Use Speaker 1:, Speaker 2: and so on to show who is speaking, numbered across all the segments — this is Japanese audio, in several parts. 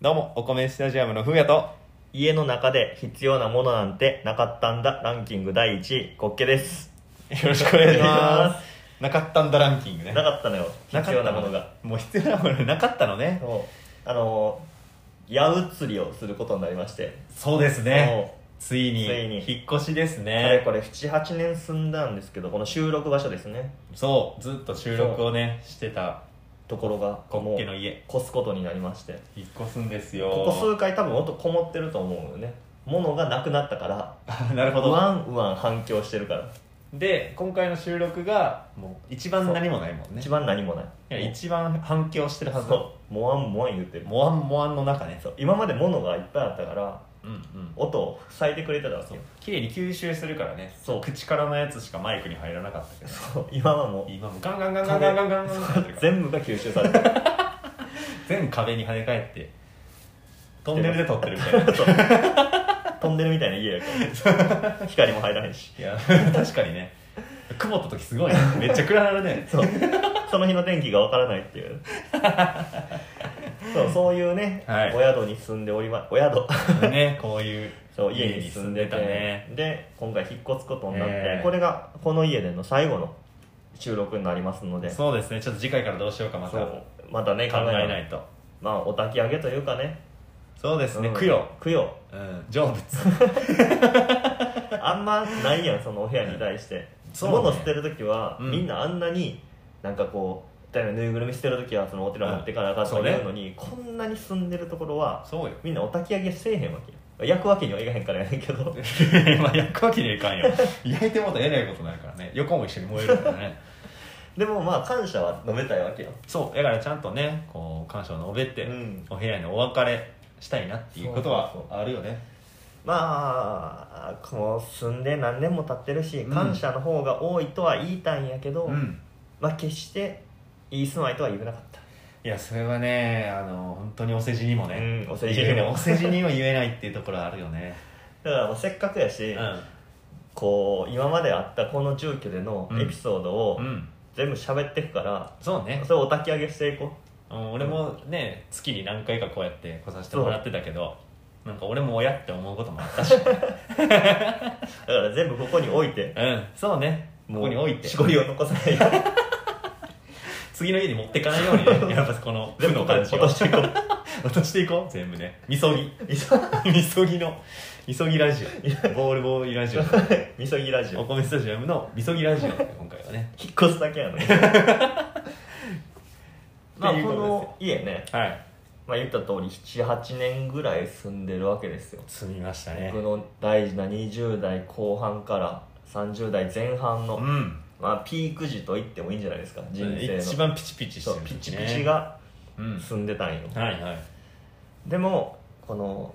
Speaker 1: どうも、お米スタジアムのふうやと、
Speaker 2: 家の中で必要なものなんてなかったんだランキング第1位コッケです
Speaker 1: よろしくお願いし
Speaker 2: お願いし
Speaker 1: ま。
Speaker 2: ます
Speaker 1: なかったんだランキングね。
Speaker 2: なかったのよ
Speaker 1: なか
Speaker 2: 必
Speaker 1: っ
Speaker 2: 要
Speaker 1: た
Speaker 2: なものが。
Speaker 1: もう必要なものなかったのね。
Speaker 2: そうあの矢移りをすることになりまして
Speaker 1: そうですね。ついに、
Speaker 2: ついに
Speaker 1: 引っ越しです
Speaker 2: あれ
Speaker 1: ね。
Speaker 2: これ78年住んだんですけどこの収録場所ですね
Speaker 1: そう、ずっと収録をね、してた、
Speaker 2: ところが
Speaker 1: コ
Speaker 2: も
Speaker 1: ッ
Speaker 2: う
Speaker 1: ケの家。
Speaker 2: 越すことになりまして
Speaker 1: 引っ越すんですよ。
Speaker 2: ここ数回多分音こもってると思うのよね物がなくなったから
Speaker 1: あ なるほ
Speaker 2: う
Speaker 1: ど。
Speaker 2: わんうわん反響してるから
Speaker 1: で、今回の収録が、もう、一番何もないもんね。
Speaker 2: 一番何もない
Speaker 1: いや一番反響してるはずだ。
Speaker 2: そうもわんもわん言ってる
Speaker 1: もわんもわんの中ね。
Speaker 2: そう今まで物がいっぱいあったから
Speaker 1: うんうん。
Speaker 2: 音を塞いでくれてたわけよ
Speaker 1: 綺麗に吸収するからね
Speaker 2: そう
Speaker 1: 口からのやつしかマイクに入らなかったけど
Speaker 2: そう今はもう
Speaker 1: 今もうガンガンガンガンガンガンガンガンガン全
Speaker 2: 全部が吸収されてる
Speaker 1: 全壁に跳ね返ってトンネルで撮ってるみたいな
Speaker 2: そう飛んでるみたいな家やから光も入らへんし
Speaker 1: いや確かにね曇った時すごいねめっちゃ暗なるね
Speaker 2: そうその日の天気がわからないっていうそうそういうね、
Speaker 1: はい
Speaker 2: お宿に住んでおりまお宿
Speaker 1: ねこういう
Speaker 2: そう家に住んでてで今回引っ越すことになって、
Speaker 1: えー
Speaker 2: これがこの家での最後の収録になりますので
Speaker 1: そうですねちょっと次回からどうしようかまた
Speaker 2: そ
Speaker 1: 考
Speaker 2: うまたね
Speaker 1: え
Speaker 2: 考えない
Speaker 1: ないと
Speaker 2: まあお焚き上げというかね
Speaker 1: そうですね
Speaker 2: うん
Speaker 1: 供養
Speaker 2: 供養
Speaker 1: うん成仏
Speaker 2: あんまないやんそのお部屋に対して、
Speaker 1: そうね
Speaker 2: 物捨てる時は、
Speaker 1: うん
Speaker 2: みんなあんなになんかこう例えばぬいぐるみ捨てる時はそのお寺持ってからあかんと
Speaker 1: うん
Speaker 2: か
Speaker 1: そうね
Speaker 2: 言うのに、こんなに住んでるところは
Speaker 1: そうよ
Speaker 2: みんなお焚き上げせえへんわけよ焼くわけにはいかへんからやねんけ ど
Speaker 1: まあ焼くわけにはいかんよ焼いてもうたらえらいことになるからね横も一緒に燃えるからね
Speaker 2: でもまあ感謝は述べたいわけよ
Speaker 1: そうだからちゃんとねこう感謝を述べて、
Speaker 2: うん
Speaker 1: お部屋にお別れしたいなっていうことは
Speaker 2: そうそう
Speaker 1: あるよね
Speaker 2: まあこう住んで何年も経ってるし
Speaker 1: うん
Speaker 2: 感謝の方が多いとは言いたいんやけど、
Speaker 1: ん
Speaker 2: まあ決していい住まいとは言えなかった
Speaker 1: いやそれはねあの本当にお世辞にもね、
Speaker 2: うんお世辞
Speaker 1: 言え
Speaker 2: に
Speaker 1: ない
Speaker 2: も
Speaker 1: お世辞にも言えないっていうところはあるよね
Speaker 2: だからもうせっかくやし、
Speaker 1: う
Speaker 2: こう今まであったこの住居でのエピソードを
Speaker 1: ん、うん、
Speaker 2: 全部喋ってくから、
Speaker 1: そうね
Speaker 2: それをお焚き上げしていこ
Speaker 1: うん俺もね月に何回かこうやって来させてもらってたけどなんか俺も親って思うこともあった し
Speaker 2: うだから全部ここに置いて
Speaker 1: うんそうねここに置いて
Speaker 2: しこりを残さないよ うに
Speaker 1: 次の家に持ってかないように ねやっぱこの負
Speaker 2: 全部
Speaker 1: の
Speaker 2: ここに
Speaker 1: 感じ
Speaker 2: 落
Speaker 1: を
Speaker 2: としていこう
Speaker 1: 落としていこう全部ね みそぎみそぎのみそぎラジオボールボーイラジオ
Speaker 2: みそぎラジオ
Speaker 1: お米スタジアムのみそぎラジオ今回はね
Speaker 2: 引っ越すだけやの にまあ
Speaker 1: って
Speaker 2: こ
Speaker 1: いうこと
Speaker 2: の家ね、
Speaker 1: はい
Speaker 2: まあ、言った通り78年ぐらい住んでるわけですよ
Speaker 1: 住みましたね
Speaker 2: 僕の大事な20代後半から30代前半の、
Speaker 1: うん
Speaker 2: まあ、ピーク時と言ってもいいんじゃないですか人生の
Speaker 1: 一番ピチピチして
Speaker 2: そ
Speaker 1: る
Speaker 2: う
Speaker 1: 時ね
Speaker 2: ピチピチが
Speaker 1: うん
Speaker 2: 住んでたんよ、
Speaker 1: はいはい
Speaker 2: でもこの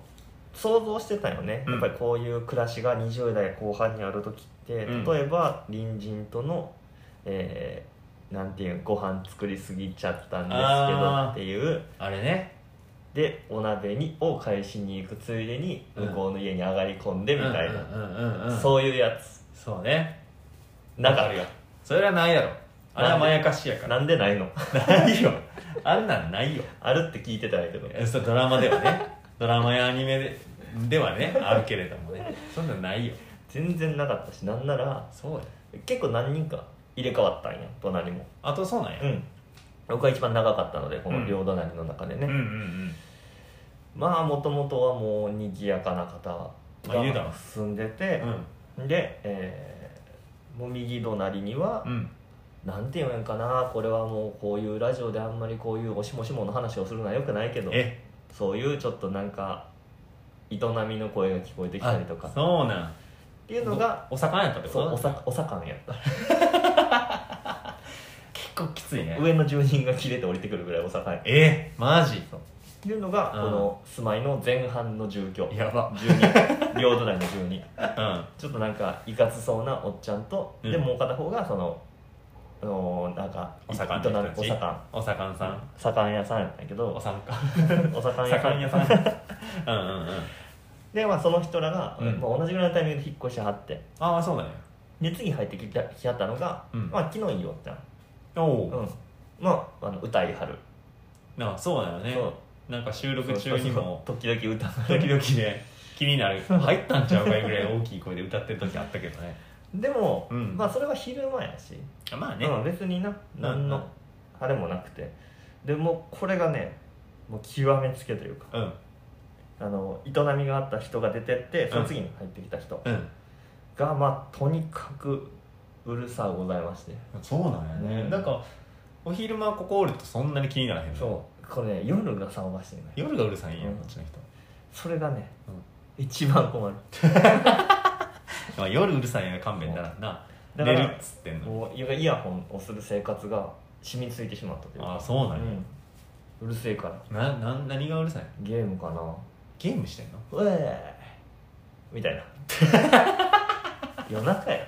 Speaker 2: 想像してたよね、
Speaker 1: うん
Speaker 2: やっぱりこういう暮らしが20代後半にある時って、
Speaker 1: うん
Speaker 2: 例えば隣人との、えーなんていうんご飯作りすぎちゃったん
Speaker 1: あー
Speaker 2: ですけどっていう
Speaker 1: あれね
Speaker 2: でお鍋にを返しに行くついでに
Speaker 1: うん
Speaker 2: 向こうの家に上がり込んでみたいな、
Speaker 1: うんうんうんうん
Speaker 2: そういうやつ
Speaker 1: そうね
Speaker 2: なか
Speaker 1: わ
Speaker 2: っ
Speaker 1: るよそれはないやろあれはまやかしや
Speaker 2: た
Speaker 1: から
Speaker 2: なんでないの
Speaker 1: ないよあんなんないよ
Speaker 2: あるって聞いてたんやけど
Speaker 1: えそうドラマでは ねドラマやアニメでではねあるけれどもねそんなんないよ
Speaker 2: 全然なかったしなんなら
Speaker 1: そうよ
Speaker 2: 結構何人か入れ替わったんや隣も
Speaker 1: あとそうなんや、
Speaker 2: うん、僕が一番長かったのでこの両隣の中でね、
Speaker 1: うんうんうん
Speaker 2: まあもともとはもう賑やかな方
Speaker 1: あいるだろ
Speaker 2: が住んでて、で、えーもう右隣には
Speaker 1: う、ん
Speaker 2: なんて言うんかなこれはもうこういうラジオであんまりこういうおしもしもの話をするのはよくないけど
Speaker 1: え
Speaker 2: そういうちょっとなんか営みの声が聞こえてきたりとか
Speaker 1: あ
Speaker 2: っ
Speaker 1: そうなん
Speaker 2: ていうのが
Speaker 1: おお魚やったってこ
Speaker 2: そ
Speaker 1: と
Speaker 2: うおさおさかんやった
Speaker 1: 結構きついね
Speaker 2: 上の住人が切れて降りてくるぐらいおさかんやっ
Speaker 1: えマジ
Speaker 2: ていうのがこ
Speaker 1: うん
Speaker 2: の住まいの前半の住居
Speaker 1: やば
Speaker 2: 住人両隣の住人
Speaker 1: うん
Speaker 2: ちょっとなんかいかつそうなおっちゃんと、
Speaker 1: うん
Speaker 2: でもう片方がそのあのーなんか
Speaker 1: お魚の人たち
Speaker 2: お魚
Speaker 1: お魚さん
Speaker 2: 魚屋さんやったんやけ
Speaker 1: お
Speaker 2: ど
Speaker 1: 魚か
Speaker 2: お魚屋さ
Speaker 1: 魚
Speaker 2: ん
Speaker 1: 屋 さんうんうんうん
Speaker 2: で、まあ、その人らが、
Speaker 1: うん
Speaker 2: まあ、同じぐらいのタイミングで引っ越しはって
Speaker 1: ああそうだね
Speaker 2: で次入ってきたきはったのが、
Speaker 1: うん
Speaker 2: まあ、昨日いいおっちゃん、
Speaker 1: おお
Speaker 2: うんまあ、あの歌いはる、
Speaker 1: なそうだよね
Speaker 2: そう
Speaker 1: なんか収録中にも
Speaker 2: そうそうそう時々歌 う
Speaker 1: 時々ね気になる入ったんちゃうかいぐらい大きい声で歌ってる時あったけどね
Speaker 2: でも、
Speaker 1: うん
Speaker 2: まあそれは昼間やし、
Speaker 1: まあね、
Speaker 2: うん、別にな何
Speaker 1: うん
Speaker 2: のあれもなくてでもうこれがねもう極めつけというか
Speaker 1: うん
Speaker 2: あの営みがあった人が出てってその次に入ってきた人
Speaker 1: うん
Speaker 2: が、まあとにかくうるさございまして
Speaker 1: そうなんやね、
Speaker 2: うん
Speaker 1: なんかお昼間ここおるとそんなに気にならへんの
Speaker 2: そうこれね夜が騒がしいね
Speaker 1: 夜がうるさいんや、
Speaker 2: うん
Speaker 1: こっちの人、
Speaker 2: それがね一番困る
Speaker 1: まあ、夜うるさいんや勘弁だらんな
Speaker 2: だ
Speaker 1: 寝
Speaker 2: から
Speaker 1: るっつってんの
Speaker 2: もうイヤホンをする生活が染みついてしまったという
Speaker 1: あ
Speaker 2: か
Speaker 1: あそうなんや、
Speaker 2: うん、うるせえから
Speaker 1: なな何がうるさいの
Speaker 2: ゲームかな
Speaker 1: ゲームしてんの
Speaker 2: うえー みたいな夜中やで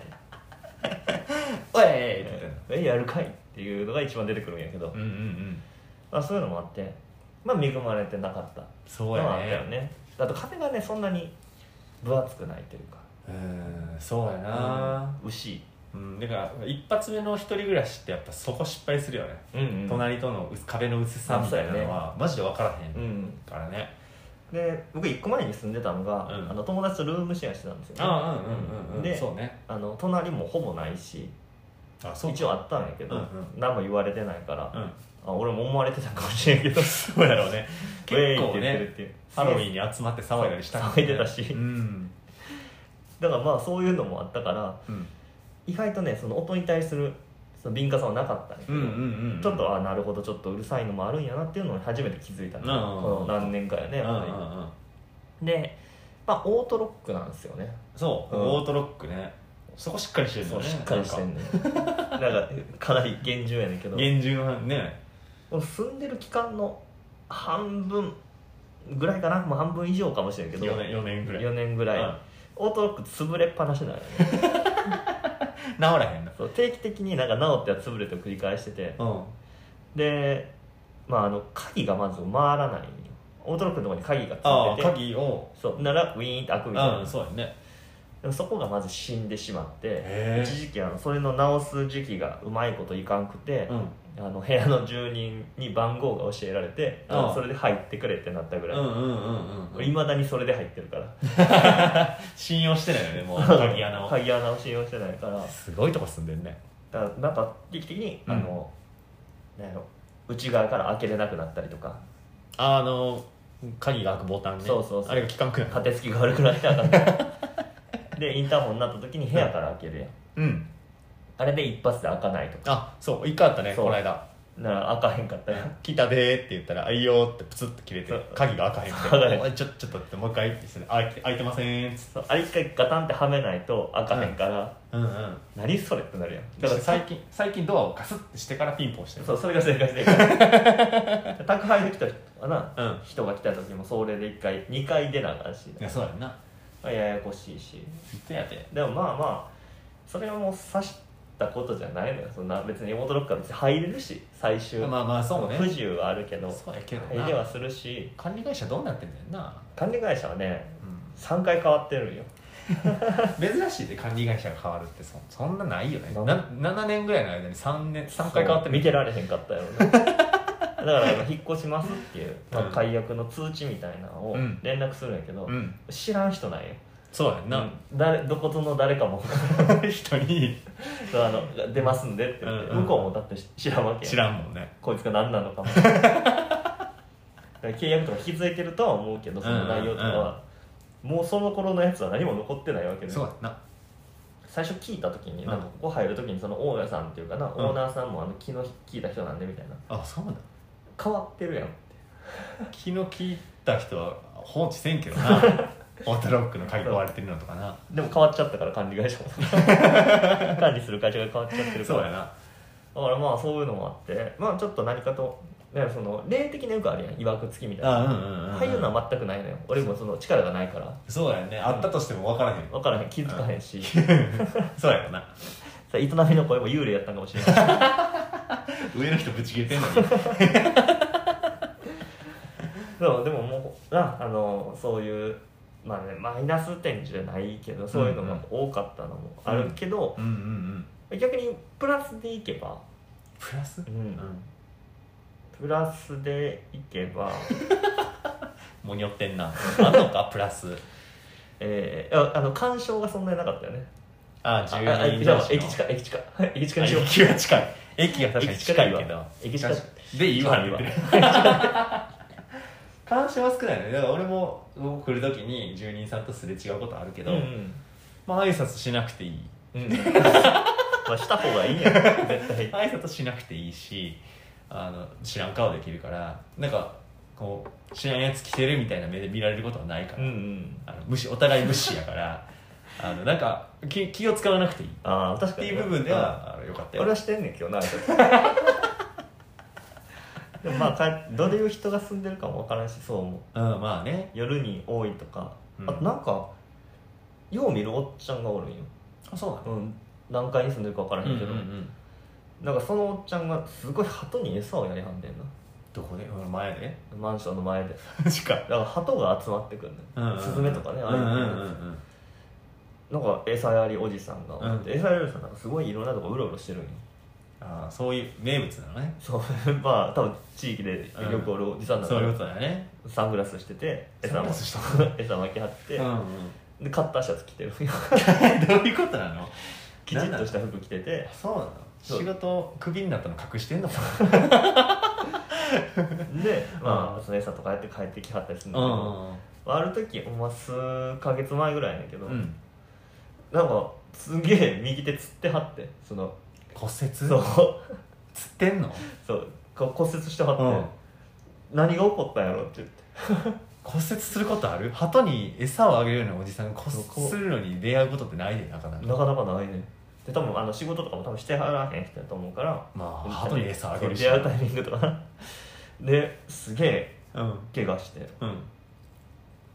Speaker 2: 「おえ!」って言ってんのえやるかいっていうのが一番出てくるんやけど、
Speaker 1: うんうんうん
Speaker 2: まあ、そういうのもあってまあ恵まれてなかった
Speaker 1: そうや
Speaker 2: のはあった
Speaker 1: ね
Speaker 2: よねあと壁がねそんなに分厚くないというか
Speaker 1: うーんそうやな
Speaker 2: うん牛
Speaker 1: うんだから一発目の一人暮らしってやっぱそこ失敗するよね、
Speaker 2: うんうん
Speaker 1: 隣との薄壁の薄さみたいなのは、マジで分からへ
Speaker 2: うんん
Speaker 1: からね、
Speaker 2: で僕一個前に住んでたのが、
Speaker 1: うん
Speaker 2: あの友達とルームシェアしてたんですよ、ね、
Speaker 1: ああうんうんうんうん
Speaker 2: で
Speaker 1: そうね
Speaker 2: あの隣もほぼないし
Speaker 1: あそう
Speaker 2: 一応あったんやけど、
Speaker 1: うんうん
Speaker 2: 何も言われてないから、
Speaker 1: うん
Speaker 2: あ俺も思われてたかもしれんけど
Speaker 1: そうやろうね結
Speaker 2: ウェイって
Speaker 1: 構
Speaker 2: 言ってる
Speaker 1: ね
Speaker 2: っていう
Speaker 1: ハロウィンに集まって騒いだりした
Speaker 2: 騒いでたし
Speaker 1: うん、
Speaker 2: だからまあそういうのもあったから
Speaker 1: うん、
Speaker 2: 意外とねその音に対するその敏感さはなかったんやけ
Speaker 1: う
Speaker 2: ど、
Speaker 1: んうんうん
Speaker 2: ちょっとあなるほどちょっとうるさいのもあるんやなっていうのを初めて気づいたの、
Speaker 1: うん
Speaker 2: この何年かやね
Speaker 1: うんう
Speaker 2: やっぱり、
Speaker 1: んうん
Speaker 2: で、まあ、オートロックなんですよね
Speaker 1: そう、
Speaker 2: うん
Speaker 1: オートロックねそこしっかりしてるんだよ
Speaker 2: そう
Speaker 1: ね
Speaker 2: しっかりしてん
Speaker 1: なん
Speaker 2: のよなんかかなり厳重やねんけ
Speaker 1: か
Speaker 2: ど
Speaker 1: 厳重なね
Speaker 2: もう住んでる期間の半分ぐらいかなもう半分以上かもしれんけど
Speaker 1: 4年四年ぐらい
Speaker 2: 4年ぐらい、
Speaker 1: うん
Speaker 2: オートロック潰れっぱなしなのよね
Speaker 1: 治らへんな
Speaker 2: そう定期的になんか治っては潰れてを繰り返してて
Speaker 1: うん
Speaker 2: でまああの鍵がまず回らないんよオートロックのとこに鍵がつ
Speaker 1: あ
Speaker 2: い
Speaker 1: あ
Speaker 2: てて
Speaker 1: 鍵を
Speaker 2: そうならウィーンって開く
Speaker 1: う
Speaker 2: みたいな、
Speaker 1: んそうやね
Speaker 2: でもそこがまず死んでしまって
Speaker 1: へ
Speaker 2: 一時期あのそれの直す時期がうまいこといかんく
Speaker 1: え、
Speaker 2: て
Speaker 1: うん
Speaker 2: あの部屋の住人に番号が教えられて、
Speaker 1: ああ
Speaker 2: それで入ってくれってなったぐ
Speaker 1: う
Speaker 2: ら
Speaker 1: ん
Speaker 2: い、
Speaker 1: うんうんうん
Speaker 2: いまだにそれで入ってるから
Speaker 1: 信用してないよねもう鍵穴を
Speaker 2: 鍵穴を信用してないからだか
Speaker 1: すごいとこ住んでんね
Speaker 2: らなんか定期的に、
Speaker 1: うん
Speaker 2: あのなんやろ内側から開けれなくなったりとか
Speaker 1: あの鍵が開くボタンね
Speaker 2: そうそうそう
Speaker 1: あれが効かんくなる
Speaker 2: 立て付きが悪くなってなかった でインターホンになった時に部屋から開けるやん、
Speaker 1: うん
Speaker 2: あれで一発で開かないとか
Speaker 1: あそう一回あったね
Speaker 2: そう
Speaker 1: この間
Speaker 2: なら開かへんかったり
Speaker 1: 「来たで」って言ったら「あいいよ」ってプツッと切れて
Speaker 2: そう
Speaker 1: 鍵が開
Speaker 2: そ
Speaker 1: かへ
Speaker 2: うだ
Speaker 1: ん
Speaker 2: ね
Speaker 1: っておい「ちょちょっと」ってもう一回って「あ開いて開いてません」っつって
Speaker 2: そうあれ一回ガタンってはめないと開かへんから、
Speaker 1: うんうん
Speaker 2: 何それってなるやん
Speaker 1: だ
Speaker 2: だ
Speaker 1: か
Speaker 2: から
Speaker 1: 最
Speaker 2: ら最
Speaker 1: 近最近ドアをガスってしてからピンポンしてる
Speaker 2: そうそれが正解して る宅配で来た人かな、
Speaker 1: うん
Speaker 2: 人が来た時もそれで一回2回出なあかんし
Speaker 1: いやそうやんな
Speaker 2: ややこしいし
Speaker 1: ずっとやで
Speaker 2: でもまあまあそれはもう刺したことじゃないのよそんな別に驚くから別に入れるし最終、
Speaker 1: まあまあそうね
Speaker 2: 不自由はあるけど
Speaker 1: そうやけど
Speaker 2: 入れは
Speaker 1: な
Speaker 2: するし
Speaker 1: 管理会社どうなってんだよな
Speaker 2: 管理会社はね
Speaker 1: うん
Speaker 2: 3回変わってるんよ
Speaker 1: 珍しいで管理会社が変わるってそそんなないよね
Speaker 2: な
Speaker 1: な7年ぐらいの間に 3, 年三回変わってる
Speaker 2: そう見てられへんかっ たよねだからあの引っ越しますっていう、ま
Speaker 1: う
Speaker 2: あ、
Speaker 1: ん
Speaker 2: 解約の通知みたいなのを
Speaker 1: うん
Speaker 2: 連絡するんやけど、
Speaker 1: うん
Speaker 2: 知らん人なんよ
Speaker 1: そうやんな、
Speaker 2: 誰どことの誰かも
Speaker 1: 人に
Speaker 2: そうあの出ますんでって言って、
Speaker 1: うんうん
Speaker 2: 向こうもだって知らんわけやん
Speaker 1: 知らんもんね
Speaker 2: こいつが何な のかもだから契約とか引き継いでるとは思うけどその内容とかは、もうその頃のやつは何も残ってないわけで
Speaker 1: そうやんな
Speaker 2: 最初聞いた時に、
Speaker 1: うん
Speaker 2: なんかここ入る時にそのオーナーさんっていうかな、
Speaker 1: ん
Speaker 2: オーナーさんもあの気の利いた人なんでみたいな
Speaker 1: あそうなん
Speaker 2: 変わってるやん
Speaker 1: 気の利いた人は放置せんけど なオートロックの鍵壊れてるのとかな
Speaker 2: でも変わっちゃったから管理会社も 管理する会社が変わっちゃってるか
Speaker 1: そうや
Speaker 2: ら
Speaker 1: な
Speaker 2: だからまあそういうのもあってまあちょっと何かとねその霊的なよくあるやんいわくつきみたいな
Speaker 1: あうんうんうん、
Speaker 2: ああいうのは全くないのよ俺もその力がないから
Speaker 1: そうやねあったとしても分からへん、
Speaker 2: 分からへん気づかへん し
Speaker 1: そうやろな
Speaker 2: さ営みの声も幽霊やったんかもしれない
Speaker 1: 上の人ぶち切れてんのに
Speaker 2: そうでももうなあのそういうまあねマイナス点じゃないけどそういうのが多かったのもあるけど、
Speaker 1: うんうんうん
Speaker 2: 逆にプラスでいけば、
Speaker 1: プラス
Speaker 2: う
Speaker 1: うんん
Speaker 2: プラスでいけば
Speaker 1: もにょってんなあんのかプラス
Speaker 2: えー、ああの干渉がそんなになかったよね
Speaker 1: あ
Speaker 2: ああ
Speaker 1: 12人
Speaker 2: じゃ
Speaker 1: 同
Speaker 2: あ
Speaker 1: 士の
Speaker 2: 駅近駅近 駅近
Speaker 1: あ
Speaker 2: にしよう
Speaker 1: 駅は近い駅が確かに
Speaker 2: 駅近
Speaker 1: 近
Speaker 2: でいい
Speaker 1: い
Speaker 2: わ
Speaker 1: けどでいい
Speaker 2: 駅近で
Speaker 1: わって言ってる 感謝は少ないねだから俺も来る時に住人さんとすれ違うことあるけ
Speaker 2: う
Speaker 1: ど、
Speaker 2: ん、
Speaker 1: まあ挨拶しなくていい
Speaker 2: うん、 まあした方がいいやん絶対
Speaker 1: 挨拶しなくていいしあの知らん顔できるからなんかこう知らんやつ来てるみたいな目で見られることはないか
Speaker 2: う
Speaker 1: ら、
Speaker 2: んうん
Speaker 1: あの無視お互い無視やから あのなんか気気を使わなくていいっ
Speaker 2: ああ確か
Speaker 1: て
Speaker 2: に
Speaker 1: いう部分ではあのよかった
Speaker 2: 俺
Speaker 1: よ
Speaker 2: はしてんねんけどな挨拶 でもまあかどういう人が住んでるかもわからんしそう思う
Speaker 1: うんまあね
Speaker 2: 夜に多いとか、
Speaker 1: うん
Speaker 2: あとなんかよう見るおっちゃんがおるんよ、
Speaker 1: あそうな
Speaker 2: うん、何階に住んでるか分からへ
Speaker 1: うんん
Speaker 2: け
Speaker 1: うん
Speaker 2: ど、
Speaker 1: うん
Speaker 2: なんかそのおっちゃんがすごい鳩に餌をやりはんねんな
Speaker 1: どこでほら前で
Speaker 2: マンションの前でだ
Speaker 1: しか
Speaker 2: から鳩が集まってくるね、スズメとかね
Speaker 1: うん
Speaker 2: あ
Speaker 1: う
Speaker 2: あい
Speaker 1: んう
Speaker 2: う
Speaker 1: ん
Speaker 2: の
Speaker 1: うん
Speaker 2: なんか餌やりおじさんがおって、餌やりおじさんなんかすごいいろんなとこうろうろしてるんよ
Speaker 1: ああそういう名物なのね
Speaker 2: そう まあ多分地域でよくおるおじさんだか
Speaker 1: そういう
Speaker 2: ら
Speaker 1: ことだよね
Speaker 2: サングラスしてて餌も
Speaker 1: した
Speaker 2: 餌巻き張って、
Speaker 1: うん
Speaker 2: でカッターシャツ着てる んよ
Speaker 1: どういうことなの
Speaker 2: きちっとした服着てて
Speaker 1: そうなの
Speaker 2: そう
Speaker 1: 仕事クビになったの隠してんのかな
Speaker 2: で、ま
Speaker 1: う
Speaker 2: あ、その餌とかやって帰ってきはったりするんだけど、
Speaker 1: うん
Speaker 2: ある時ほんま数ヶ月前ぐらいやねんけど、
Speaker 1: うん
Speaker 2: なんかすげえ右手つってはってその
Speaker 1: 骨折
Speaker 2: そう
Speaker 1: つってんの
Speaker 2: そうこう骨折してはって、何が起こったんやろって言って
Speaker 1: 骨折することある鳩に餌をあげるようなおじさんが骨折するのに出会うことってないでなかなか
Speaker 2: なかなかないねで多分あの仕事とかも多分してはらへん人やと思うから
Speaker 1: まあ鳩に餌あげるし
Speaker 2: そう出会うタイミングとか ですげえ
Speaker 1: うん
Speaker 2: 怪我して
Speaker 1: うん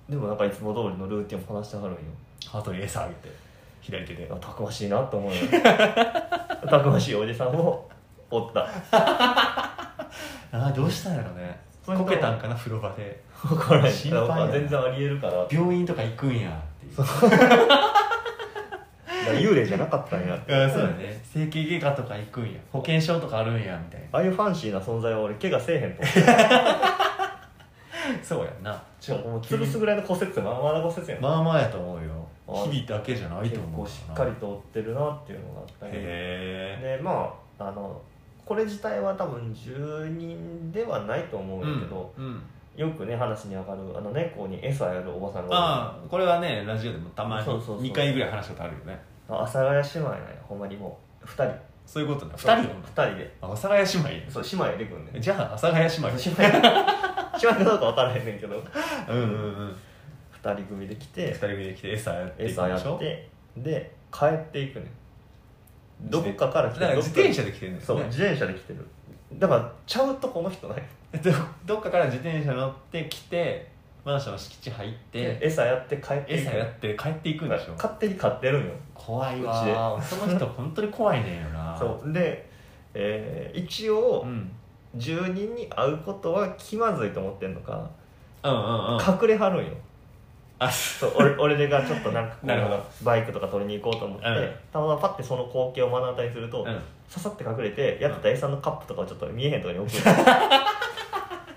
Speaker 2: でもなんかいつも通りのルーティンをこなしてはるんよ
Speaker 1: 鳩に餌あげて左手
Speaker 2: い
Speaker 1: で
Speaker 2: やたくましいなと思 うよたくましいおじさんをお った
Speaker 1: ああどうしたんやろね
Speaker 2: そういう
Speaker 1: こ
Speaker 2: 人
Speaker 1: けたんかな風呂場で
Speaker 2: 分からへん
Speaker 1: 心配やな
Speaker 2: なんか全然ありえるから
Speaker 1: 病院とか行くんやって いう
Speaker 2: だから幽霊じゃなかったんやって
Speaker 1: うんそうだね整形外科とか行くんや保険証とかあるんやみたい
Speaker 2: ああいうファンシーな存在は俺怪我せえへんと思
Speaker 1: なそうやんな
Speaker 2: ってもう吊るすぐらいの骨折まあまだ骨折やん、
Speaker 1: まあまあやと思うよ
Speaker 2: あ
Speaker 1: 日々だけじゃない
Speaker 2: 結
Speaker 1: と思う
Speaker 2: 構しっかりと折ってるなっていうのがあったんや
Speaker 1: へえ
Speaker 2: でまああのこれ自体は多分住人ではないと思うんやけど、
Speaker 1: うんうん
Speaker 2: よくね話に上がるあの猫に餌やるおばさんが
Speaker 1: ああこれはねラジオでもたまに
Speaker 2: そうそうそう
Speaker 1: 2回ぐらい話したことあるよね
Speaker 2: おる阿佐ヶ谷姉妹なんやほんまにもう2人
Speaker 1: そういうことね2人
Speaker 2: 2人で
Speaker 1: あ阿佐ヶ谷姉妹や
Speaker 2: そう姉妹でくんねん
Speaker 1: じゃあ阿佐ヶ谷姉妹
Speaker 2: 姉妹 姉妹かどうか分からへんねんけど
Speaker 1: うんうんうん
Speaker 2: 2人組で来て
Speaker 1: 2人組で来て餌やっていくんでしょ
Speaker 2: 餌やってで帰っていくねんどっかから来
Speaker 1: だ
Speaker 2: て
Speaker 1: から
Speaker 2: る
Speaker 1: 自転車で来てるんです
Speaker 2: そう
Speaker 1: よね
Speaker 2: 自転車で来てるだからちゃうとこの人ない
Speaker 1: どどっかから自転車乗って来てマンションの敷地入って
Speaker 2: 餌やって帰っていく
Speaker 1: 餌やって帰っていくんでしょ
Speaker 2: 勝手に買ってるんよ
Speaker 1: 怖いわーその人本当に怖いねんよな
Speaker 2: そうで、えー一応
Speaker 1: うん、
Speaker 2: 住人に会うことは気まずいと思ってんのか
Speaker 1: うんうんうん
Speaker 2: 隠れはるんよ
Speaker 1: あ
Speaker 2: そう俺俺がちょっとなんかこう
Speaker 1: なるほど
Speaker 2: バイクとか取りに行こうと思って、
Speaker 1: うん
Speaker 2: たまたまパッてその光景を目の当たりにすると、
Speaker 1: うん
Speaker 2: ささって隠れてやってた餌のカップとかをちょっと見えへんとこに置くちょっ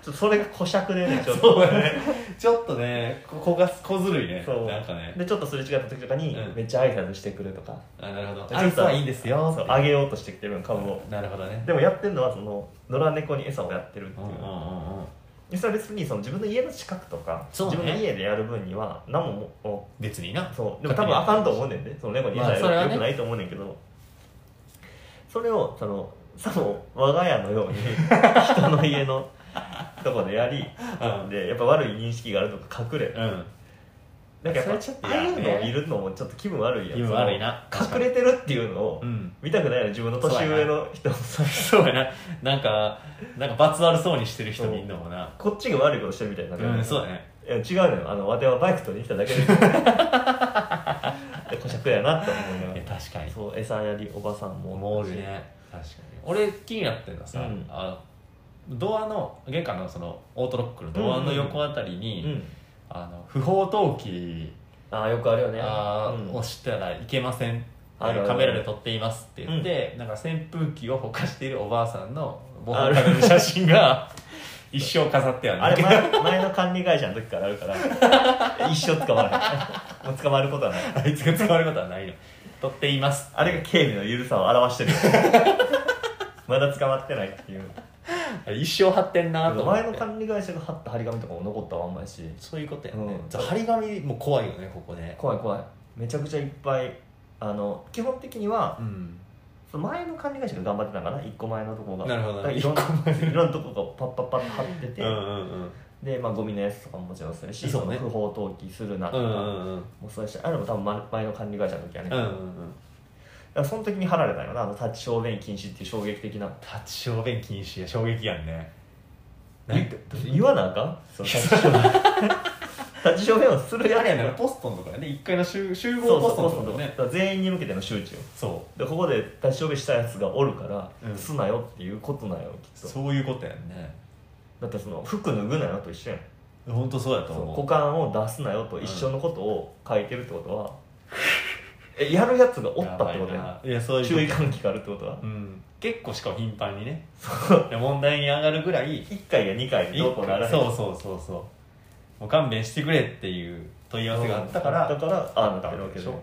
Speaker 2: とそれが小尺でねちょっと
Speaker 1: そうだねちょっとねここが小ずるいね
Speaker 2: そう
Speaker 1: なんかね
Speaker 2: でちょっとすれ違った時とかに、
Speaker 1: うん
Speaker 2: めっちゃ挨拶してくるとか
Speaker 1: あなるほど
Speaker 2: ちょっと
Speaker 1: あいつはいいんですよ
Speaker 2: そうあげようとしてきてる株を、
Speaker 1: なるほどね
Speaker 2: でもやってるのはその野良猫に餌をやってるって
Speaker 1: う
Speaker 2: い
Speaker 1: ん
Speaker 2: う
Speaker 1: うん、うんうん
Speaker 2: でそれは別にその自分の家の近くとか、
Speaker 1: そうね
Speaker 2: 自分の家でやる分には何ももも
Speaker 1: 別にな
Speaker 2: うそうでも多分あかんと思うねんで、その猫に餌
Speaker 1: まあ
Speaker 2: やる
Speaker 1: それはね
Speaker 2: よくないと思うねんけどそれをそのさも我が家のよう に人の家のとこでやり
Speaker 1: うん
Speaker 2: でやっぱ悪い認識があるとか隠れ
Speaker 1: うん
Speaker 2: なんかやっぱ
Speaker 1: それちょっと
Speaker 2: あ
Speaker 1: 嫌
Speaker 2: あい
Speaker 1: ね
Speaker 2: うのを見るのもちょっと気分悪いやん
Speaker 1: 気分悪いな
Speaker 2: その隠れてるっていうのを
Speaker 1: うん
Speaker 2: 見たくないの自分の年上の人もさ
Speaker 1: そうやななんかなんか罰悪そうにしてる人見んのもな
Speaker 2: こっちが悪いことしてるみたいになるよ
Speaker 1: う
Speaker 2: ね
Speaker 1: んそうだね
Speaker 2: いや違うのよあのわてはバイク取りに来ただけですでこしゃくやなって
Speaker 1: い
Speaker 2: 思いな
Speaker 1: や
Speaker 2: が
Speaker 1: 確からに
Speaker 2: そう餌やりおばさんも
Speaker 1: 思うね確かに俺気になってるのはさ、
Speaker 2: うん
Speaker 1: あドアの玄関のそのオートロックのドアの横あたり
Speaker 2: う
Speaker 1: に、
Speaker 2: ん
Speaker 1: あの不法投棄
Speaker 2: ああよくあるよね
Speaker 1: あ
Speaker 2: う
Speaker 1: ー
Speaker 2: ん
Speaker 1: をしたらいけません
Speaker 2: あるある
Speaker 1: カメラで撮っていますって言って、なんか扇風機をほかしているおばあさんの防
Speaker 2: あ
Speaker 1: 犯
Speaker 2: る
Speaker 1: カメラの写真が 一生飾ってあ
Speaker 2: あ
Speaker 1: る
Speaker 2: れ前前の管理会社の時からあるから一生捕まらないもう捕まることはない
Speaker 1: あいつが使われることはないの撮っています
Speaker 2: あれが警備の緩さを表してるまだ捕まってないっていう
Speaker 1: あれ一生貼ってんなと思って
Speaker 2: 前の管理会社が貼った張り紙とかも残ったまんまやし
Speaker 1: そういうことやね
Speaker 2: うん、
Speaker 1: じゃあ張り紙も怖いよねここね
Speaker 2: 怖い怖いめちゃくちゃいっぱいあの基本的には
Speaker 1: うん
Speaker 2: その前の管理会社が頑張ってたのかな1個前のとこが
Speaker 1: なるほど
Speaker 2: だからいろんいろんなとこがパッパッパッと貼ってて、
Speaker 1: うんうんうん
Speaker 2: で、まあ、ゴミのやつとかももちろんするし
Speaker 1: そうね
Speaker 2: その不法投棄するなと
Speaker 1: う
Speaker 2: か、
Speaker 1: んうんうん
Speaker 2: もうそうやしあれも多分前前の管理会社の時はね、
Speaker 1: うんう
Speaker 2: だか
Speaker 1: んうん
Speaker 2: らその時に貼られたよなあの立ち小便禁止っていう衝撃的な
Speaker 1: 立ち小便禁止や衝撃やんねなんか
Speaker 2: 言わなあかんその立 ち小便立ち小便をするや
Speaker 1: あ
Speaker 2: つ
Speaker 1: れ
Speaker 2: や
Speaker 1: や
Speaker 2: から
Speaker 1: ねポストンとかね一回の集集
Speaker 2: そ
Speaker 1: 合
Speaker 2: うそ
Speaker 1: ポ
Speaker 2: う
Speaker 1: ス
Speaker 2: そ
Speaker 1: ト
Speaker 2: う
Speaker 1: ン
Speaker 2: そう
Speaker 1: とかね
Speaker 2: だから全員に向けての周知を
Speaker 1: そ
Speaker 2: でここで立ち小便したやつがおるから、
Speaker 1: うん
Speaker 2: すなよっていうことなんよ
Speaker 1: う
Speaker 2: きっと
Speaker 1: そういうことやんね
Speaker 2: だってその服脱ぐなよと一緒やん
Speaker 1: 本当そうやと
Speaker 2: その
Speaker 1: 思
Speaker 2: 股
Speaker 1: う
Speaker 2: 間を出すなよと一緒のことを書いてるってことは、 えやるやつがおったって
Speaker 1: や
Speaker 2: ことや
Speaker 1: ばいないやそういうこと
Speaker 2: 注意喚起があるってことは
Speaker 1: うん結構しかも頻繁にね
Speaker 2: そう
Speaker 1: いや問題に上がるぐらい
Speaker 2: 1回や2回でどうこうならへん
Speaker 1: そうそうそうそうもう勘弁してくれっていう問い合わせがあったから
Speaker 2: だからああなってるわけでしょ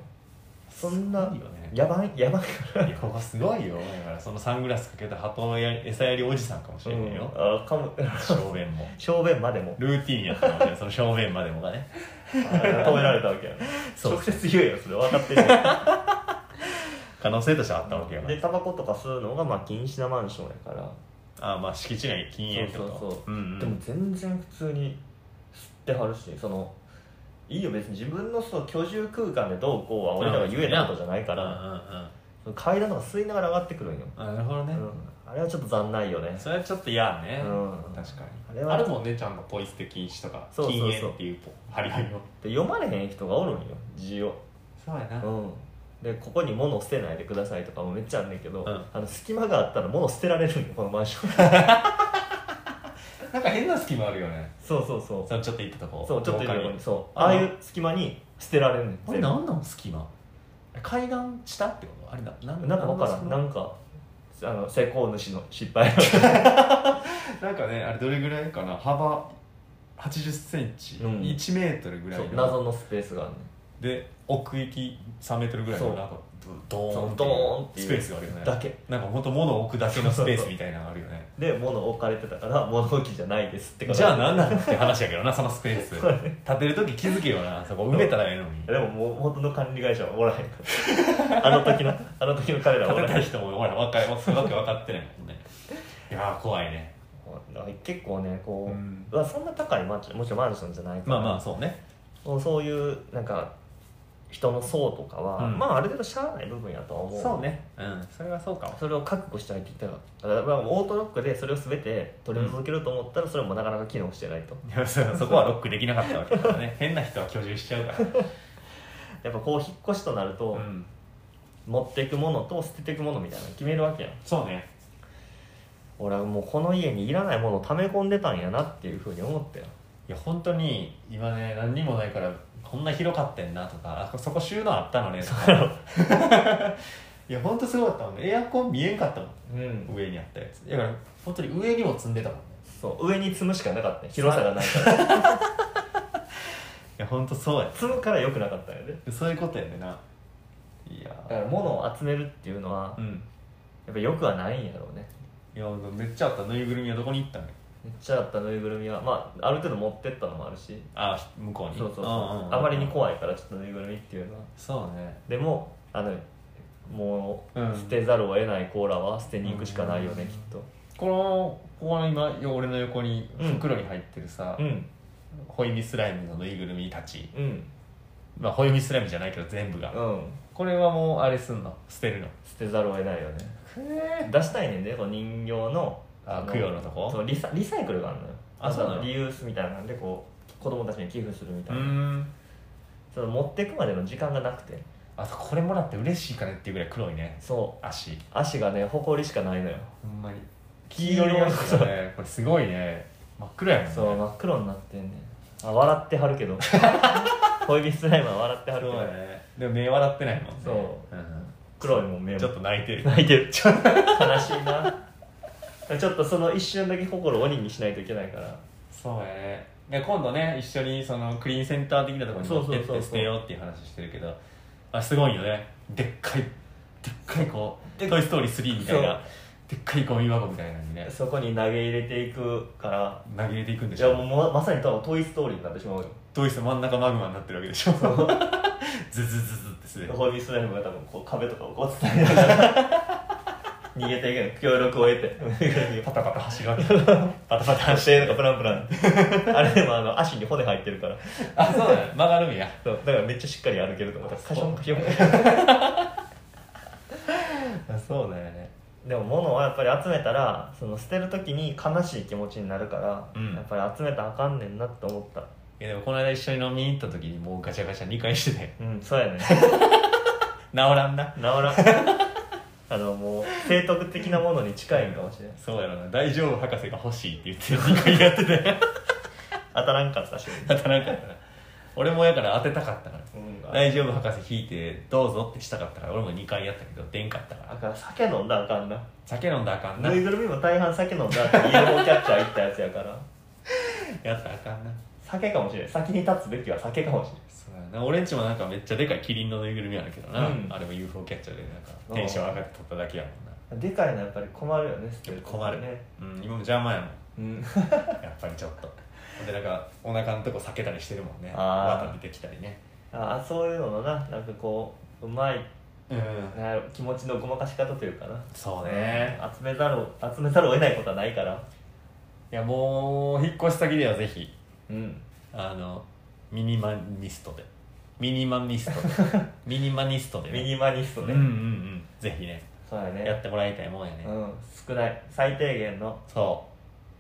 Speaker 2: そんな
Speaker 1: すごいよね
Speaker 2: やばいやばい
Speaker 1: いやここすごいよだからそのサングラスかけた鳩のや餌やりおじさんかもしれへんよ、
Speaker 2: あかも
Speaker 1: 小便も
Speaker 2: 小便ま でも
Speaker 1: ルーティンやったかもしれな いその小便までもがね
Speaker 2: 止められたわけや
Speaker 1: そう
Speaker 2: 直接言えよそれ分 かってるや
Speaker 1: 可能性としてはあったわけや
Speaker 2: ん
Speaker 1: か
Speaker 2: で
Speaker 1: ら
Speaker 2: タバコとか吸うのがまあ禁止なマンションやから
Speaker 1: ああまあ敷地内禁煙ってこと
Speaker 2: そうそうそ
Speaker 1: うんうん、
Speaker 2: でも全然普通に吸ってはるしそのいいよ別に自分のその居住空間でどうこうは俺らが言えたことじゃないか
Speaker 1: うんうんう
Speaker 2: ら、
Speaker 1: ん
Speaker 2: その階段とか吸いながら上がってくるんよ、
Speaker 1: あなるほど
Speaker 2: う
Speaker 1: ね、
Speaker 2: ん、あれはちょっと残ないよね
Speaker 1: それはちょっと嫌ね、
Speaker 2: うん
Speaker 1: 確かに
Speaker 2: あ
Speaker 1: あ
Speaker 2: れ
Speaker 1: れ
Speaker 2: は
Speaker 1: もんねちゃんとポイ捨て禁止とか
Speaker 2: そうそうそう
Speaker 1: 禁煙っていうポ張り紙を
Speaker 2: で読まれへん人がおるんよ字を、
Speaker 1: そうやな、
Speaker 2: うん、でここに物捨てないでくださいとかもめっちゃあんねんけ
Speaker 1: う
Speaker 2: ど、
Speaker 1: ん
Speaker 2: あの隙間があったら物捨てられるんよこのマンシ ョン
Speaker 1: なんか変な隙間あるよね
Speaker 2: そうそうそ
Speaker 1: そのちょっと行ったとこ
Speaker 2: うそうちょっといる
Speaker 1: 廊下
Speaker 2: とこ
Speaker 1: に
Speaker 2: にそう
Speaker 1: あ
Speaker 2: ああいう隙間に捨てられるねん
Speaker 1: あれなんなん隙間階段下ってことあれななん
Speaker 2: なんかわからん
Speaker 1: な
Speaker 2: なんんかあの施工主の失敗
Speaker 1: なんかねあれどれぐらいかな幅8 0ンチ、
Speaker 2: うん
Speaker 1: 1メートルぐら
Speaker 2: そう
Speaker 1: いの
Speaker 2: 謎のスペースがあるね
Speaker 1: で奥行き3メートルぐらいの
Speaker 2: そう
Speaker 1: なんかドドーン
Speaker 2: そうドーンって
Speaker 1: て
Speaker 2: いう
Speaker 1: いうスペースがあるよね
Speaker 2: だけ
Speaker 1: なんかほんと物を置くだけのスペースみたいなのがあるよね
Speaker 2: で物置かれてたから 物置きじゃないですってこと
Speaker 1: じゃあ何なのって話やけどなそのスペー ス
Speaker 2: そうだね
Speaker 1: 建てる時気づけよなそこ埋めたらええのに
Speaker 2: でももう元の管理会社はおらへんから あの時のあの時の彼らはお
Speaker 1: 建
Speaker 2: ら
Speaker 1: て
Speaker 2: へ
Speaker 1: た
Speaker 2: ん
Speaker 1: 人もほら分かわけ分かってないもんねいやー怖いね
Speaker 2: 結構ねこう、
Speaker 1: うん
Speaker 2: まあそんな高いマンションもちろんマンションじゃないから
Speaker 1: まあまあそうね
Speaker 2: そうそういうなんか人の層とかは、
Speaker 1: うん
Speaker 2: まあある程度しゃあない部分やとは思う
Speaker 1: そうねうんそれはそうかも
Speaker 2: それを覚悟して入ってきたらだからオートロックでそれを全て取り除けると思ったらそれもなかなか機能してないと
Speaker 1: いやそそこはロックできなかったわけだから ね変な人は居住しちゃうから、
Speaker 2: やっぱこう引っ越しとなると、
Speaker 1: うん、
Speaker 2: 持っていくものと捨てていくものみたいなの決めるわけやん
Speaker 1: そうね
Speaker 2: 俺はもうこの家にいらないものを溜め込んでたんやなっていうふうに思ったよ
Speaker 1: いや本当に今ね何にもないからこんな広かったんなとかあそこ収納あったのねとか いや本当すごかったもんねエアコン見えんかったも
Speaker 2: うん
Speaker 1: ん上にあったやつだから本当に上にも積んでたもんね
Speaker 2: そう上に積むしかなかったね広さが ないから
Speaker 1: いや本当そうや
Speaker 2: 積むから良くなかったよね
Speaker 1: そういうことやねんないや
Speaker 2: だか
Speaker 1: ー
Speaker 2: ら物を集めるっていうのは
Speaker 1: うん
Speaker 2: やっぱ良くはないんやろうね
Speaker 1: いやめっちゃあったぬいぐるみはどこに行ったの
Speaker 2: めっちゃあったぬいぐるみはまあある程度持ってったのもあるし
Speaker 1: あ向こうに
Speaker 2: そうそうそう
Speaker 1: うんうんうん
Speaker 2: あまりに怖いからちょっとぬいぐるみっていうのは
Speaker 1: そうね
Speaker 2: でもあのもう
Speaker 1: うん
Speaker 2: 捨てざるを得ないコーラは捨てに行くしかないよね、
Speaker 1: うん
Speaker 2: きっと
Speaker 1: このここの今よ俺の横に
Speaker 2: うん
Speaker 1: 袋に入ってるさ、
Speaker 2: うん
Speaker 1: ホイミスライムのぬいぐるみたち、
Speaker 2: うん
Speaker 1: まあ、ホイミスライムじゃないけど全部が、
Speaker 2: うん
Speaker 1: これはもうあれすんの捨てるの
Speaker 2: 捨てざるを得ないよね
Speaker 1: へ
Speaker 2: 出したいねんでこう人形の
Speaker 1: あ
Speaker 2: の
Speaker 1: 供養のとこ
Speaker 2: そうリサリサイクルがあるのよ
Speaker 1: あそうなの
Speaker 2: リユースみたいなんでこう子供たちに寄付するみ
Speaker 1: う
Speaker 2: たいな、
Speaker 1: ん
Speaker 2: その持ってくまでの時間がなくて
Speaker 1: あとこれもらって嬉しいかねっていうぐらい黒いね
Speaker 2: そう
Speaker 1: 足
Speaker 2: 足がね埃しかないのよ
Speaker 1: ほんまに
Speaker 2: 黄
Speaker 1: 黄
Speaker 2: 色
Speaker 1: 色
Speaker 2: い
Speaker 1: い
Speaker 2: や
Speaker 1: や
Speaker 2: つ
Speaker 1: つだねこれすごいね真っ黒やもんね
Speaker 2: そう真っ黒になってんねんあ笑ってはるけど 恋人スライムは笑ってはるけ
Speaker 1: 黒
Speaker 2: ど
Speaker 1: いねでも目笑ってないもんね、
Speaker 2: そう
Speaker 1: ん、
Speaker 2: 黒いもん目も
Speaker 1: ちょっと泣いてる
Speaker 2: 泣 いてるちょっと悲しいなちょっとその一瞬だけ心を鬼にしないといけないから
Speaker 1: そうやねで今度ね一緒にそのクリーンセンター的なところに持ってっ
Speaker 2: そうそうそう
Speaker 1: て
Speaker 2: そう
Speaker 1: 捨てようっていう話してるけどあすごいよねでっかいでっかいこう「
Speaker 2: で
Speaker 1: トイ・ストーリー3」みたい
Speaker 2: そ
Speaker 1: な
Speaker 2: う
Speaker 1: でっかいゴミ箱みたいなのにね
Speaker 2: そこに投げ入れていくから
Speaker 1: 投げ入れていくんで
Speaker 2: い
Speaker 1: し
Speaker 2: や
Speaker 1: ょ
Speaker 2: もうままさに多分トイ・ストーリーになってしまうよ
Speaker 1: ドイツの真ん中マグマになってるわけでしょ ズズズズってすでに
Speaker 2: ホビースライムが多分こう壁とかをこう伝えながら 逃げていくの協力を得 て
Speaker 1: パタパタ走るわけパタパタ走
Speaker 2: 走
Speaker 1: る
Speaker 2: ってなんかプランプ ランあれでもあの足に骨入ってるから
Speaker 1: あそうだね曲がるんや
Speaker 2: そうだからめっちゃしっかり歩けると思ったカションカション
Speaker 1: あそうだよね
Speaker 2: でも物はやっぱり集めたらその捨てる時に悲しい気持ちになるから、
Speaker 1: うん
Speaker 2: やっぱり集めたらあかんねんなって思った
Speaker 1: いやでもこの間一緒に飲みに行った時にもうガチャガチャ2回してて
Speaker 2: うんそうや ね
Speaker 1: 治らんな
Speaker 2: 治らんあのもう正徳的なものに近いんかもしれない
Speaker 1: そうやろな大丈夫博士が欲しいって言って2回やってて
Speaker 2: 当たらんかったし、
Speaker 1: 当たらなかったな俺もやから当てたかったから
Speaker 2: うん、あ
Speaker 1: 大丈夫博士引いてどうぞってしたかったから俺も2回やったけど出んかったから
Speaker 2: あから酒飲んだらあかんな
Speaker 1: 酒飲んだらあかんな
Speaker 2: ぬいぐるみも大半酒飲んだってイエローキャッチャー行ったやつやから
Speaker 1: やったらあかんな
Speaker 2: 酒かもしれない先に立つべきは酒かもしれない
Speaker 1: そうやな俺んちもなんかめっちゃでかいキリンのぬいぐるみあるけどな、
Speaker 2: うん
Speaker 1: あれも UFO キャッチャーでなんかテンション上がって撮っただけやもんな
Speaker 2: でかいのはやっぱり困るよね捨てる時
Speaker 1: 困るね、うん、今も邪魔やもん
Speaker 2: うん
Speaker 1: やっぱりちょっとほんでなんかお腹のとこ避けたりしてるもんね
Speaker 2: あー
Speaker 1: また出てきたりね
Speaker 2: ああそういうののななんかこううまい
Speaker 1: うん
Speaker 2: なんやろ気持ちのごまかし方というかな
Speaker 1: そうね
Speaker 2: 集めざるを集めざるを得ないことはないから
Speaker 1: いやもう引っ越し先ではぜひ
Speaker 2: うん
Speaker 1: あのミニマニストでミニマニスト でミニマニストで、ね、
Speaker 2: ミニマニスト
Speaker 1: うんう
Speaker 2: ね、
Speaker 1: んうんぜひね
Speaker 2: そうやね
Speaker 1: やってもらいたいもんやね、
Speaker 2: うん少ない最低限の
Speaker 1: そ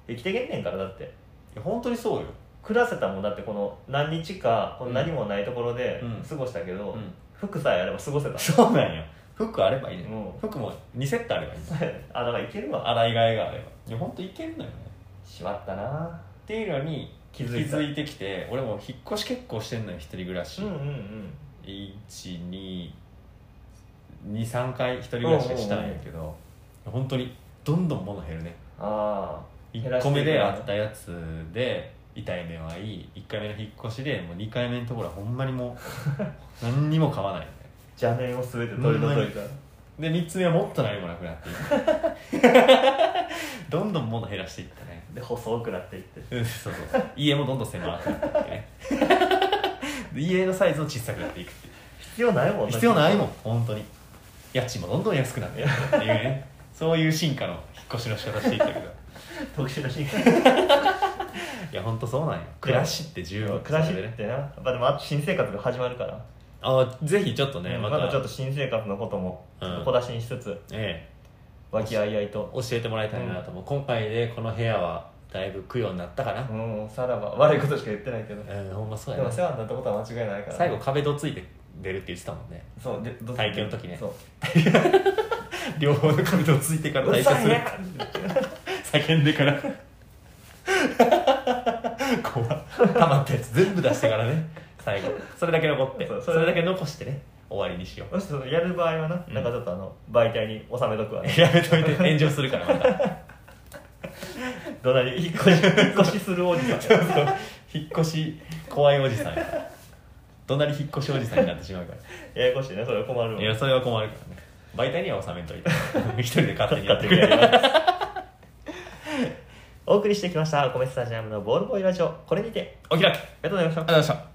Speaker 2: 生きてけんねんからだって
Speaker 1: ういや本当にそうよ
Speaker 2: 暮らせたもんだってこの何日かこの何もないところで
Speaker 1: うん
Speaker 2: 過ごしたけど、
Speaker 1: うん
Speaker 2: 服さえあれば過ごせた
Speaker 1: そうなんよ服あればいいね、
Speaker 2: うん
Speaker 1: 服も2セットあればいいね
Speaker 2: そうやね あだからいけるわ
Speaker 1: 洗い替えがあればいや本当いけんのよね
Speaker 2: しまったな
Speaker 1: っていうのに
Speaker 2: 気
Speaker 1: 気
Speaker 2: づいた
Speaker 1: づいてきて俺も引っ越し結構してんのよ一人暮らし、
Speaker 2: うんうんうん
Speaker 1: 123回一人暮らししたんやけど本当にどんどん物減るね
Speaker 2: あ減ら
Speaker 1: 1
Speaker 2: して
Speaker 1: 個
Speaker 2: いくね
Speaker 1: 目であったやつで痛い目はいい1回目の引っ越しでもう2回目のところはほんまにもう 何にも買わないね
Speaker 2: あ邪念を全て取り除いた
Speaker 1: で3つ目はもっと何もなくなっていく どんどん物減らしていったね
Speaker 2: で細くなっていって
Speaker 1: うんそうそう家もどんどん狭くなっていってねで家のサイズも小さくなっていくっていう
Speaker 2: 必要ないもん
Speaker 1: 必要ないもん
Speaker 2: ん
Speaker 1: 本当に家賃もどんどん安くなってるっていうねそういう進化の引っ越しの仕方していったけどい
Speaker 2: 特殊な 進化
Speaker 1: や本当そうなんよ暮らしって重要
Speaker 2: 暮らし
Speaker 1: それで
Speaker 2: っ
Speaker 1: ね
Speaker 2: てなやっぱでもあと新生活が始まるから、
Speaker 1: あぜひちょっとね
Speaker 2: ま
Speaker 1: ま
Speaker 2: だ
Speaker 1: た
Speaker 2: ちょっと新生活のこともち
Speaker 1: うん
Speaker 2: ょっと小出しにしつつ
Speaker 1: え
Speaker 2: 和気あいあい
Speaker 1: え
Speaker 2: と、
Speaker 1: 教えてもらいたいなと思う、今回でこの部屋はだいぶ供養になったかな
Speaker 2: うん、さらば悪いことしか言ってないけど、
Speaker 1: うん、ほんまそう
Speaker 2: で
Speaker 1: や
Speaker 2: も
Speaker 1: な
Speaker 2: 世話になったことは間違いないから
Speaker 1: 最後壁どついて出るって言ってたもんね
Speaker 2: そうでど
Speaker 1: 体験の時ね
Speaker 2: そう
Speaker 1: 両方の壁どついてから退
Speaker 2: うる
Speaker 1: 社
Speaker 2: さい
Speaker 1: する
Speaker 2: ね
Speaker 1: 叫んでから怖溜まったやつ全部出してからね最後それだけ残って
Speaker 2: そう
Speaker 1: そ
Speaker 2: それ
Speaker 1: れだけ残してね終わりにしよ
Speaker 2: もしそのやる場合はな、
Speaker 1: うん
Speaker 2: なんかちょっとあの媒体に収めとくわ、
Speaker 1: う やめといて炎上するからま た
Speaker 2: どなり引っ越し引っ越しするおじ さんや
Speaker 1: 引っ越し怖いおじさんやから怒鳴り引っ越しおじさんになってしまうか
Speaker 2: ややこしいねそれは困る
Speaker 1: ら
Speaker 2: わ
Speaker 1: いやそれは困るからね媒体には収めとい て一人で勝手にやってく
Speaker 2: 勝
Speaker 1: れ
Speaker 2: 手にやりますお送りしてきました「コメスタジアムのボールボーイラジオ」これにて
Speaker 1: お開きありがと
Speaker 2: ありがとうございました
Speaker 1: うございました